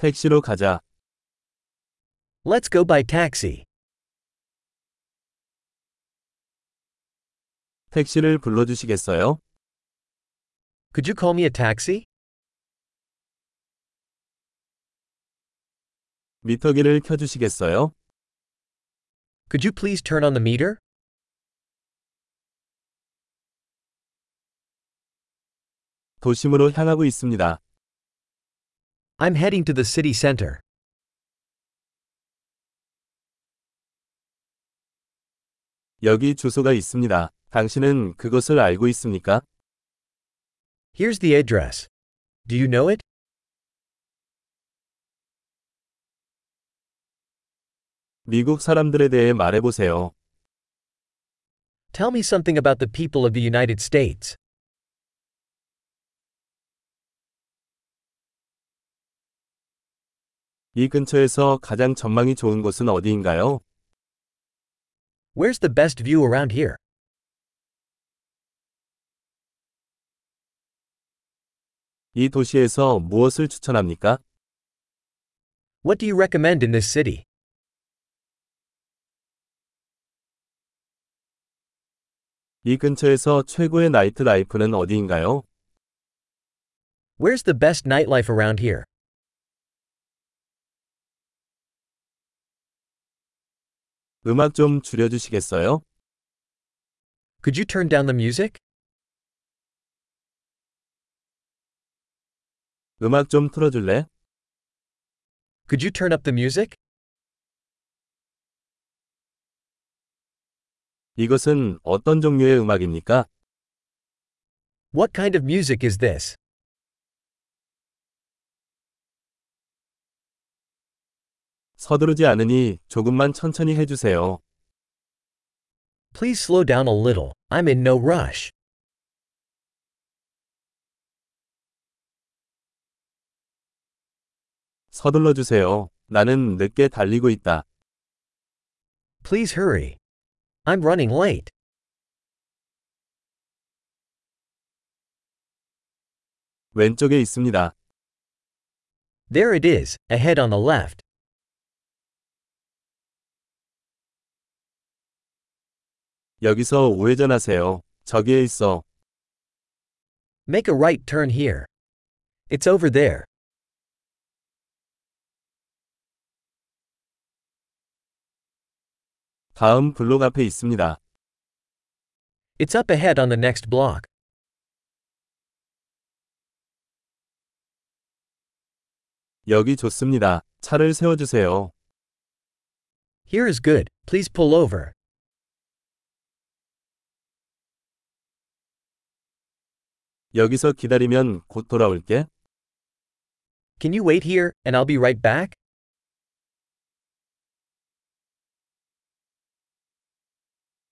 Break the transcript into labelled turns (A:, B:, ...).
A: 택시로 가자.
B: Let's go by taxi.
A: 택시를 불러주시겠어요?
B: Could you call me a taxi?
A: 미터기를 켜주시겠어요?
B: Could you please turn on the meter?
A: 도심으로 향하고 있습니다.
B: I'm heading to the city center.
A: 여기 주소가 있습니다. 당신은 그것을 알고 있습니까?
B: Here's the address. Do you know it?
A: 미국 사람들에 대해 말해보세요.
B: Tell me something about the people of the United States.
A: 이 근처에서 가장 전망이 좋은 곳은 어디인가요?
B: Where's the best view around here?
A: 이 도시에서 무엇을 추천합니까?
B: What do you recommend in this city?
A: 이 근처에서 최고의 나이트 라이프는 어디인가요?
B: Where's the best nightlife around here?
A: 음악 좀 줄여주시겠어요?
B: Could you turn down the music?
A: 음악 좀 틀어줄래?
B: Could you turn up the music?
A: 이것은 어떤 종류의 음악입니까?
B: What kind of music is this?
A: 서두르지 않으니 조금만 천천히 해주세요.
B: Please slow down a little. I'm in no rush.
A: 서둘러 주세요. 나는 늦게 달리고 있다.
B: Please hurry. I'm running late.
A: 왼쪽에 있습니다.
B: There it is, ahead on the left.
A: 여기서 우회전하세요. 저기에 있어.
B: Make a right turn here. It's over there.
A: 다음 블록 앞에 있습니다.
B: It's up ahead on the next block.
A: 여기 좋습니다. 차를 세워주세요.
B: Here is good. Please pull over.
A: 여기서 기다리면 곧 돌아올게.
B: Can you wait here, and I'll be right back?